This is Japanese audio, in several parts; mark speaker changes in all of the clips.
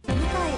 Speaker 1: 蘭の調和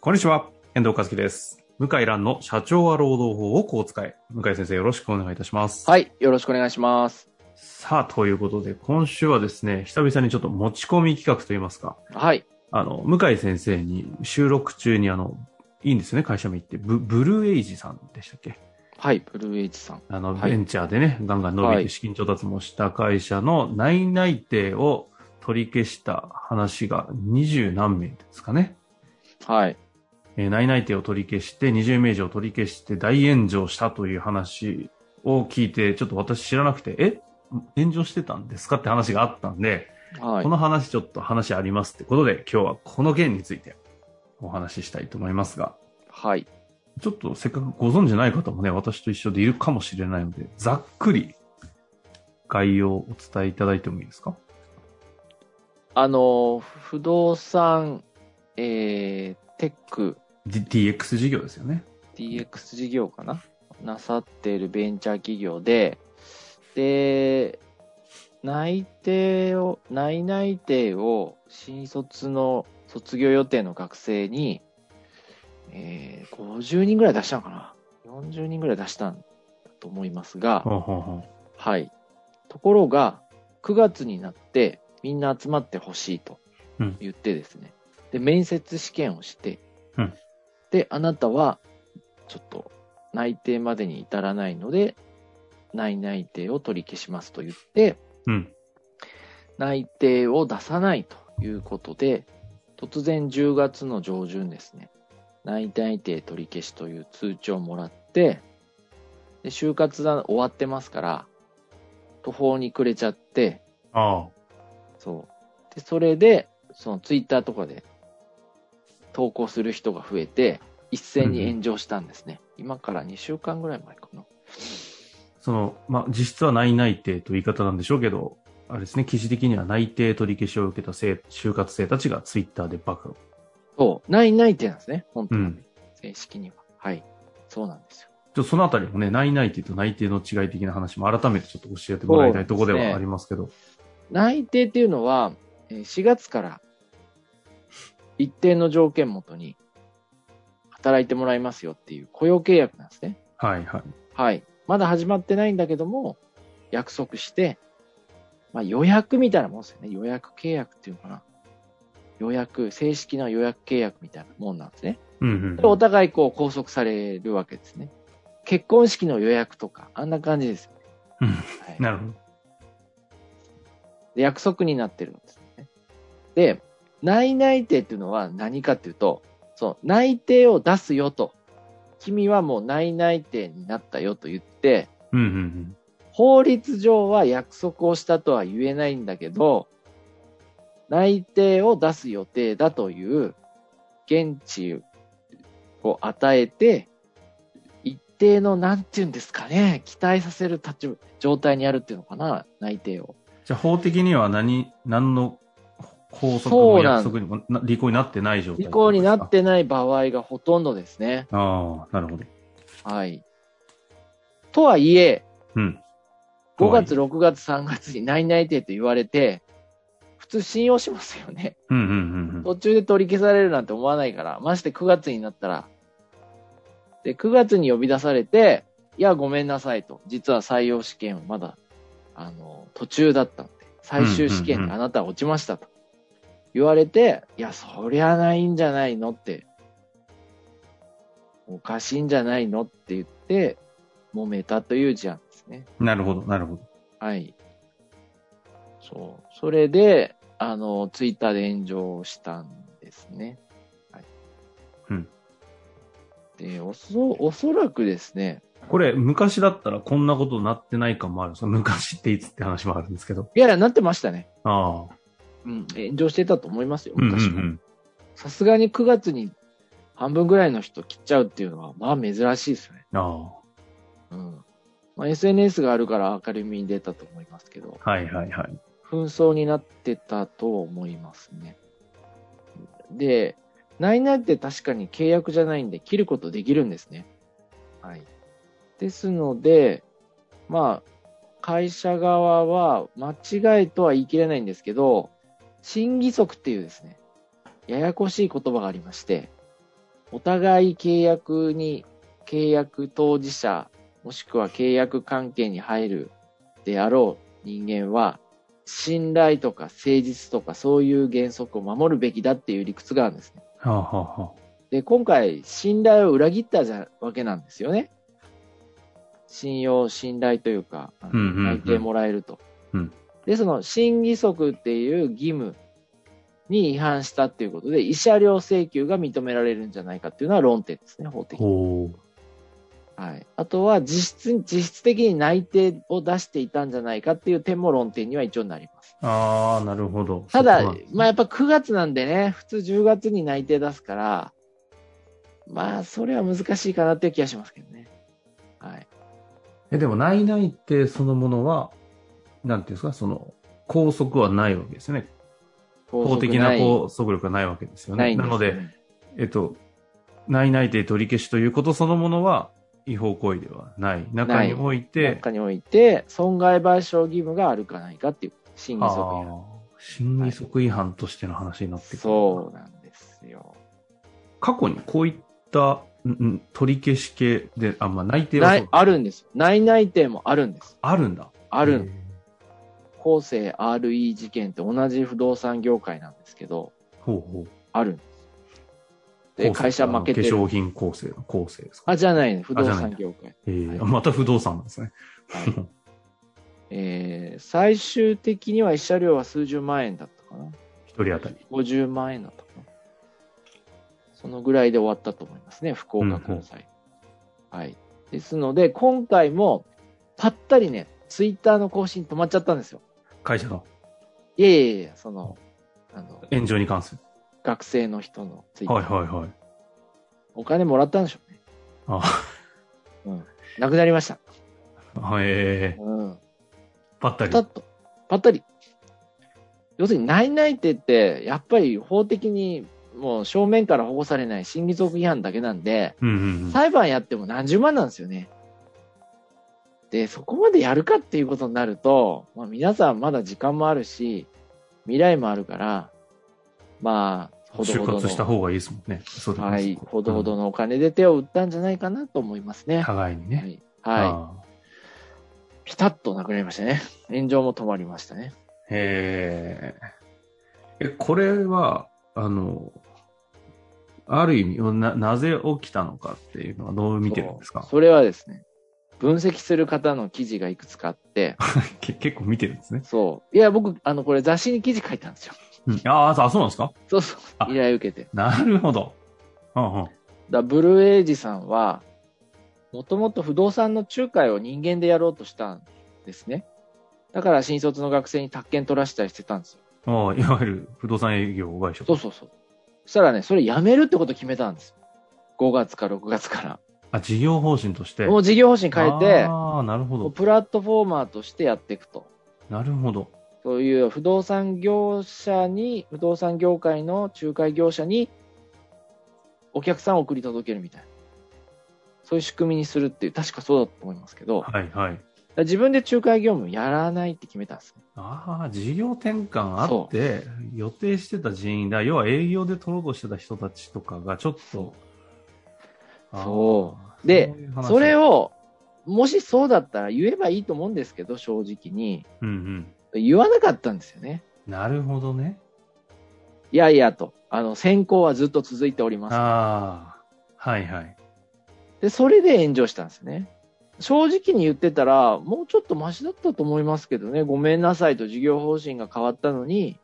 Speaker 2: こんにちは、遠藤和樹です。向井蘭の社長は労働法をこう使え。向井先生、よろしくお願いいたします。
Speaker 3: はい、よろしくお願いします。
Speaker 2: さあ、ということで、今週はですね、久々にちょっと持ち込み企画といいますか、
Speaker 3: はい。
Speaker 2: あの、向井先生に収録中にあの、いいんですよね、会社名行って。ブブルーエイジさんでしたっけ
Speaker 3: はい、ブルーエイジさん。
Speaker 2: あの、
Speaker 3: はい
Speaker 2: ベンチャーでね、ガンガン伸び
Speaker 3: は
Speaker 2: て
Speaker 3: い
Speaker 2: 資金調達もした会社の内内定を取り消した話が20何名ですかね。
Speaker 3: はい。
Speaker 2: えー内々定を取り消して、20名以上取り消して大炎上したという話を聞いて、ちょっと私知らなくて、え炎上してたんですかって話があったんで、
Speaker 3: はい
Speaker 2: こ。の話ちょっと話ありますってことで、今日はこの件についてお話ししたいと思いますが、
Speaker 3: はい。
Speaker 2: ちょっとせっかくご存知ない方もね、私と一緒でいるかもしれないので、ざっくり概要をお伝えいただいてもいいですか
Speaker 3: あの、不動産、えー、テック、
Speaker 2: D- ?DX 事業ですよね。
Speaker 3: DX 事業かななさっているベンチャー企業で、で、内定を、内内定を新卒の卒業予定の学生に、えー、50人ぐらい出したのかな ?40 人ぐらい出したんだと思いますが、
Speaker 2: ほうほうほう
Speaker 3: はい。ところが、9月になって、みんな集まってほしいと
Speaker 2: うん
Speaker 3: 言ってですね、で、面接試験をして、
Speaker 2: うん
Speaker 3: で、あなたは、ちょっと、内定までに至らないので、内内定を取り消しますと言って、
Speaker 2: うん。
Speaker 3: 内定を出さないということで、突然10月の上旬ですね、内内定取り消しという通知をもらって、で就活が終わってますから、途方に暮れちゃって、
Speaker 2: あ
Speaker 3: そう。で、それで、そのツイッターとかで投稿する人が増えて、一斉に炎上したんですね。今から2週間ぐらい前かな。
Speaker 2: あ。その、まあ、実質は内内定という言い方なんでしょうけど、あれですね、記事的には内定取り消しを受けた生就活生たちがツイッターで暴露。
Speaker 3: そう。ないないってなんですね。本当
Speaker 2: う
Speaker 3: に、
Speaker 2: ん。
Speaker 3: 正式には。はい。そうなんですよ。
Speaker 2: ちょっとそのあたりもね、内内定と内定の違い的な話も改めてちょっと教えてもらいたいところではありますけど。
Speaker 3: 内定っていうのは、えー4月から一定の条件元に働いてもらいますよっていう雇用契約なんですね。
Speaker 2: はいはい。
Speaker 3: はい。まだ始まってないんだけども、約束して、まあ予約みたいなもんですよね。予約契約っていうのかな。予約、正式な予約契約みたいなもんなんですね。
Speaker 2: うんうん
Speaker 3: で。お互いこう拘束されるわけですね。結婚式の予約とか、あんな感じですよね。
Speaker 2: うん
Speaker 3: はい
Speaker 2: なるほど。
Speaker 3: で約束になってるんですね。で、内内定っていうのは何かっていうと、その内定を出すよと、君はもう内内定になったよと言って、
Speaker 2: うんうんうん。
Speaker 3: 法律上は約束をしたとは言えないんだけど、内定を出す予定だという現地を与えて、一定の、なんていうんですかね、期待させる立場状態にあるっていうのかな、内定を。
Speaker 2: じゃあ法的には何、何の拘束も約束にも、な履行になってない状態
Speaker 3: 履行になっ
Speaker 2: で
Speaker 3: てない場合がほとんどですね
Speaker 2: す。か。ああ、なるほど。
Speaker 3: はい。とはいえ、
Speaker 2: うん。
Speaker 3: 5月、6月、3月に内内定と言われて、普通信用しますよね。
Speaker 2: うんうんうんうん。
Speaker 3: 途中で取り消されるなんて思わないから、まして9月になったら。で、9月に呼び出されて、いや、ごめんなさいと。実は採用試験はまだ、あの、途中だったんで、最終試
Speaker 2: うんうん
Speaker 3: 験
Speaker 2: うん
Speaker 3: であなたは落ちましたと。言われて、いや、そりゃないんじゃないのって。おかしいんじゃないのって言って、揉めたという事案ですね。
Speaker 2: なるほど、なるほど。
Speaker 3: はい。そう。それで、あの、ツイッターで炎上したんですね。はい。
Speaker 2: うん。
Speaker 3: で、おそ、おそらくですね、
Speaker 2: これ、昔だったらこんなことなってない感もあるんですか昔っていつって話もあるんですけど。
Speaker 3: いやいや、なってましたね。
Speaker 2: ああ。
Speaker 3: うん、炎上してたと思いますよ、
Speaker 2: うんうんう
Speaker 3: 私も。
Speaker 2: ん。
Speaker 3: さすがに9月に半分ぐらいの人切っちゃうっていうのは、まあ珍しいですね。
Speaker 2: ああ。
Speaker 3: うん。まあ、SNS があるから明るみに出たと思いますけど、
Speaker 2: はいはいはい。
Speaker 3: 紛争になってたと思いますね。で、ナイナイって確かに契約じゃないんで切ることできるんですね。はい。ですので、まあ、会社側は間違いとは言い切れないんですけど、審議則っていうですね、ややこしい言葉がありまして、お互い契約に、契約当事者、もしくは契約関係に入るであろう人間は、信頼とか誠実とかそういう原則を守るべきだっていう理屈があるんですね。
Speaker 2: はあはあは
Speaker 3: で、今回、信頼を裏切ったじゃわけなんですよね。信用、信頼というか、あの
Speaker 2: うんうんうん
Speaker 3: 内定もらえると。
Speaker 2: うん
Speaker 3: で、その、審議則っていう義務に違反したっていうことで、慰謝料請求が認められるんじゃないかっていうのは論点ですね、法
Speaker 2: あ。
Speaker 3: 的に。
Speaker 2: ほう。
Speaker 3: はい。あとは、実質、実質的に内定を出していたんじゃないかっていう点も論点には一応なります。
Speaker 2: ああ、なるほど。
Speaker 3: ただ
Speaker 2: そこなんで、すね
Speaker 3: まあやっぱ9月なんでね、普通10月に内定出すから、まあそれは難しいかなっていう気がしますけどね。はい。
Speaker 2: え、でも、ないないってそのものは、なんていうんですか、その、拘束はないわけですよね。法的な
Speaker 3: こ
Speaker 2: 拘束力がないわけです
Speaker 3: う
Speaker 2: よね。なので、えっと、ないないで取り消しということそのものは違法行為ではない。中において、
Speaker 3: 中において、損害賠償義務があるかないかっていう、審議
Speaker 2: あ
Speaker 3: 則
Speaker 2: あ
Speaker 3: や。
Speaker 2: 審議則違反としての話になってくる。
Speaker 3: そうなんですよ。
Speaker 2: 過去にこういった、んん取り消し系で、あ、まあ、内定は
Speaker 3: な
Speaker 2: そう
Speaker 3: い、あるんですよ。内内定もあるんです。
Speaker 2: あるんだ。
Speaker 3: あ
Speaker 2: あ
Speaker 3: るん。後世 RE 事件って同じ不動産業界なんですけど、
Speaker 2: ほうほう。
Speaker 3: あるんです。で、
Speaker 2: 構成
Speaker 3: 会社負けて
Speaker 2: あの
Speaker 3: る。
Speaker 2: 化粧品構成の構成ですか。
Speaker 3: あ、じゃない、不動
Speaker 2: あじゃな
Speaker 3: 産
Speaker 2: い
Speaker 3: 業界。
Speaker 2: えー
Speaker 3: はい
Speaker 2: また不動産なんですね。
Speaker 3: はい えー最終的には慰謝料は数十万円だったかな。
Speaker 2: 一人当たり。
Speaker 3: 50万円だったかな。そのぐらいで終わったと思いますね、福岡高裁。はい。ですので、今回も、ぱったりね、ツイッターの更新止まっちゃったんですよ。
Speaker 2: 会社の
Speaker 3: いやいやいや、その、あの、
Speaker 2: 炎上に関す
Speaker 3: 学生の人のツイッ
Speaker 2: る。
Speaker 3: ター。
Speaker 2: はいはいはい。
Speaker 3: お金もらったんでしょうね。
Speaker 2: あ、
Speaker 3: なくなりました。
Speaker 2: え
Speaker 3: うん。
Speaker 2: ー、ばった
Speaker 3: パ
Speaker 2: り
Speaker 3: タッ。と。パタリ。要するに、内内定って、やっぱり法的にもう正面から保護されない審議則違反だけなんで、
Speaker 2: うんうんうん。
Speaker 3: 裁判やっても何十万なんですよね。で、そこまでやるかっていうことになると、まあ、皆さんまだ時間もあるし、未来もあるから、まあ、ほど
Speaker 2: 就
Speaker 3: ほどの
Speaker 2: 活した方がいいですもんね。そうです
Speaker 3: はい、ほどほどのお金で手を打ったんじゃないかなと思いますね。は
Speaker 2: 互いにね。
Speaker 3: い。
Speaker 2: あ
Speaker 3: は
Speaker 2: ー
Speaker 3: い。ピタッとなくなりましたね。炎上も止まりましたね。
Speaker 2: へーえ、これは、あの、ある意味、な、なぜ起きたのかっていうのはどう見てるんですか
Speaker 3: そうそれはですね、分析する方の記事がいくつかあって、
Speaker 2: け結構見てるんですね。
Speaker 3: そう。いや、僕、あの、これ雑誌に記事書いたんですよ。
Speaker 2: うんあーあ、そうなんですか
Speaker 3: そうそう
Speaker 2: あ。
Speaker 3: 依頼受けて。
Speaker 2: なるほど。うんうん。
Speaker 3: だブルーエイジさんは、もともと不動産の仲介を人間でやろうとしたんですね。だから新卒の学生に宅建取らせたりしてたんですよ。
Speaker 2: ああ、いわゆる不動産営業会社。
Speaker 3: そうそうそう。そしたらね、それやめるってこと決めたんですよ。5月か6月か
Speaker 2: あ、事業方針として。
Speaker 3: ら。もう事業方針変え
Speaker 2: ああ、なるほ
Speaker 3: て、も
Speaker 2: ど。
Speaker 3: うプラットフォーマーとしてやっていくと。
Speaker 2: なるほど。
Speaker 3: そういう不動産業者に、不動産業界の仲介業者に、お客さんを送り届けるみたいな。そういう仕組みにするっていう、確かそうだと思いますけど、
Speaker 2: はいはい。
Speaker 3: だから自分で仲介業務やらないって決めたんですね。
Speaker 2: ああ、事業転換あって、予定してた人員だ。要は営業で取ろうとしてた人たちとかがちょっと。ああ
Speaker 3: そ
Speaker 2: そ
Speaker 3: で
Speaker 2: ういう話
Speaker 3: それ。を、もしそうだったら言えばいいと思うんですけど、正直に。
Speaker 2: うんうん。
Speaker 3: 言わなかったんですよね。
Speaker 2: なるほどね。
Speaker 3: いやいやと。あの、選考はずっと続いておりま
Speaker 2: ああ、はいはい。
Speaker 3: す。で、それで炎上したんですね。正直に言ってたら、もうちょっとマシだったと思いますけどね。ごめんなさいと事業方針が変わったのに、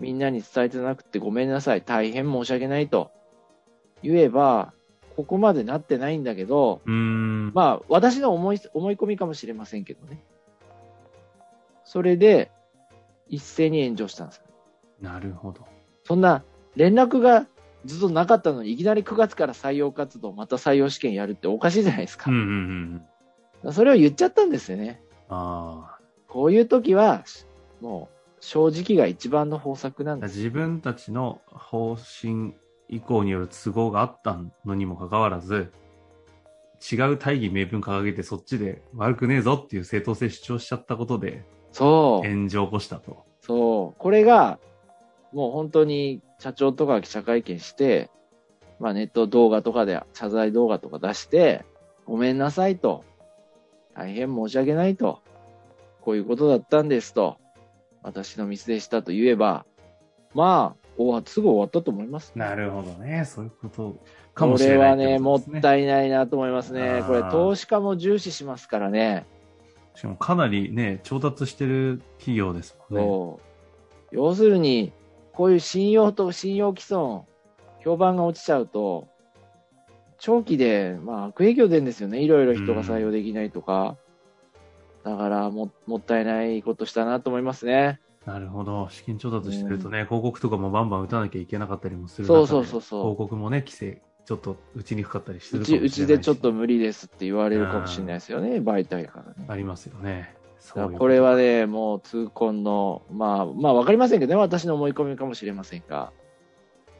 Speaker 3: みんなに伝えてなくてごめんなさい。大変申し訳ないと。言えば、ここまでなってないんだけど、
Speaker 2: うーん。
Speaker 3: まあ、私の思い、思い込みかもしれませんけどね。それで、一斉に炎上したんですよ。
Speaker 2: なるほど。
Speaker 3: そんな連絡がずっとなかったのに、いきなり9月から採用活動、また採用試験やるっておかしいじゃないです
Speaker 2: う
Speaker 3: か。
Speaker 2: んうんうん。
Speaker 3: それを言っちゃったんですよね。
Speaker 2: あ
Speaker 3: こういう時は、もう正直が一番の方策なん
Speaker 2: あ。
Speaker 3: です。
Speaker 2: 自分たちの方針以降による都合があったのにもかかわらず、違う大義名分掲げてそっちで悪くねえぞっていう正当性主張しちゃったことで
Speaker 3: そう。
Speaker 2: 炎上を起こしたと。
Speaker 3: そう。これが、もう本当に社長とかが記者会見して、まあネット動画とかで謝罪動画とか出して、ごめんなさいと。大変申し訳ないと。こういうことだったんですと。私のミスでしたと言えば、まあ、終わすぐ終わったと思います。
Speaker 2: なるほどね。そういうことかも
Speaker 3: こ
Speaker 2: し
Speaker 3: れ
Speaker 2: れない
Speaker 3: は
Speaker 2: って
Speaker 3: ね、も
Speaker 2: ことです
Speaker 3: ったいないなと思いますね。これ
Speaker 2: あー
Speaker 3: 投資家も重視しますからね。
Speaker 2: しかもかなりね、調達してる企業ですもんね。
Speaker 3: そう。要するに、こういう信用と信用毀損、評判が落ちちゃうと、長期で、まあ、悪影響出るんですよね。いろいろ人が採用できないとか。だからも、もったいないことしたなと思いますね。
Speaker 2: なるほど。資金調達してるとね、広告とかもバンバン打たなきゃいけなかったりもする
Speaker 3: そ
Speaker 2: 中
Speaker 3: う
Speaker 2: で
Speaker 3: そうそうそう
Speaker 2: 広告もね、規制、ちょっとうちにくかったりす
Speaker 3: う
Speaker 2: るかもしれ
Speaker 3: ち、
Speaker 2: な
Speaker 3: う
Speaker 2: いし
Speaker 3: ちでちょっと無理ですって言われるかもしれないですよね。媒体からね。
Speaker 2: ありますよね。
Speaker 3: だ
Speaker 2: そ
Speaker 3: か
Speaker 2: う
Speaker 3: ら
Speaker 2: いう
Speaker 3: これはね、もう痛恨の、まあ、まあ、わかりませんけどね。私の思い込みかもしれませんが、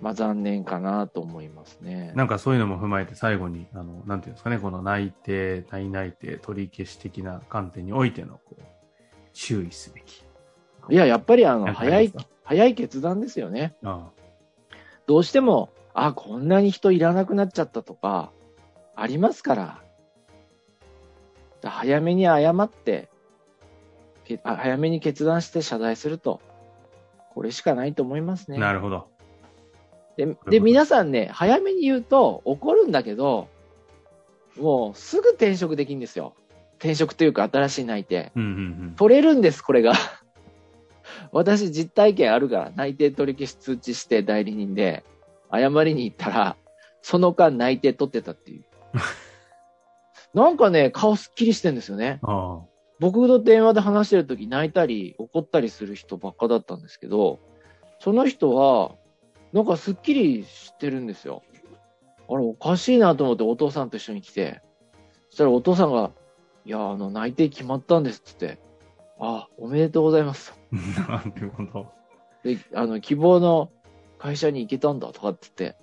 Speaker 3: まあ、残念かなと思いますね。
Speaker 2: なんかそういうのも踏まえて最後に、あの、なんていうんですかね、この内定、内内定、取り消し的な観点においての、こう、注意すべき。
Speaker 3: いや、やっぱりあの、
Speaker 2: なんかあ
Speaker 3: 早
Speaker 2: り
Speaker 3: い
Speaker 2: ますか、
Speaker 3: 早い決断ですよね。
Speaker 2: あ
Speaker 3: どうしても、あ、こんなに人いらなくなっちゃったとか、ありますから。だ早めに謝って、けあ早めに決断して謝罪すると。これしかないと思います
Speaker 2: あ
Speaker 3: ね。
Speaker 2: なるほど。
Speaker 3: で
Speaker 2: ほど
Speaker 3: で、皆さんね、早めに言うと怒るんだけど、もうすぐ転職できるんですよ。転職というか新しい内定。
Speaker 2: うんうんうん。
Speaker 3: 取れるんです、これが。 私、実体験あるから、内定取り消し通知して代理人で、謝りに行ったら、その間内定取ってたっていう。なんかね、顔すっきりしてんですよね。
Speaker 2: ああ。
Speaker 3: 僕と電話で話してる時泣いたり、怒ったりする人ばっかだったんですけど、その人は、なんかすっきりしてるんですよ。あれ、おかしいなと思ってお父さんと一緒に来て、そしたらお父さんが、いや、あの、内定決まったんですって言って、あ、おめでとうございますと。
Speaker 2: なんてこと。
Speaker 3: で、あの、希望の会社に行けたんだとかって言って、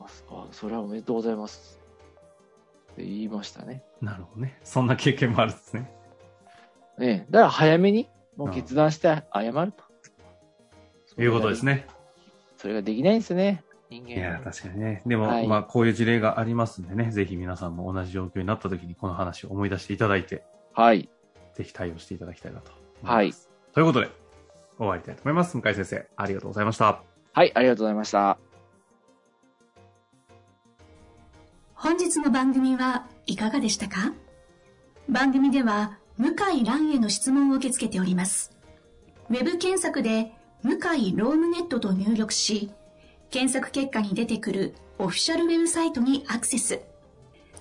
Speaker 3: あ、あそれはおめでとうございますって言いましたね。
Speaker 2: なるほどね。そんな経験もあるんですね。
Speaker 3: ねだから早めに、もう決断して謝ると。
Speaker 2: いうことですね。
Speaker 3: それができないんですね、人
Speaker 2: いや
Speaker 3: 間、。
Speaker 2: 確かにね。でも、
Speaker 3: はい
Speaker 2: まあ、こういう事例がありますんでね、ぜひ皆さんも同じ状況になった時にこの話を思い出していただいて、
Speaker 3: はい。
Speaker 2: ぜひ対応していただきたいなと
Speaker 3: は
Speaker 2: 思い
Speaker 3: い
Speaker 2: ます。。ということで、終わりたいと思います。向井先生、ありがとうございました。
Speaker 3: はい、ありがとうございました。
Speaker 1: 本日の番組はいかがでしたか番組では向井蘭への質問を受け付けております。ウェブ検索で向井ロームネットと入力し、検索結果に出てくるオフィシャルウェブサイトにアクセス。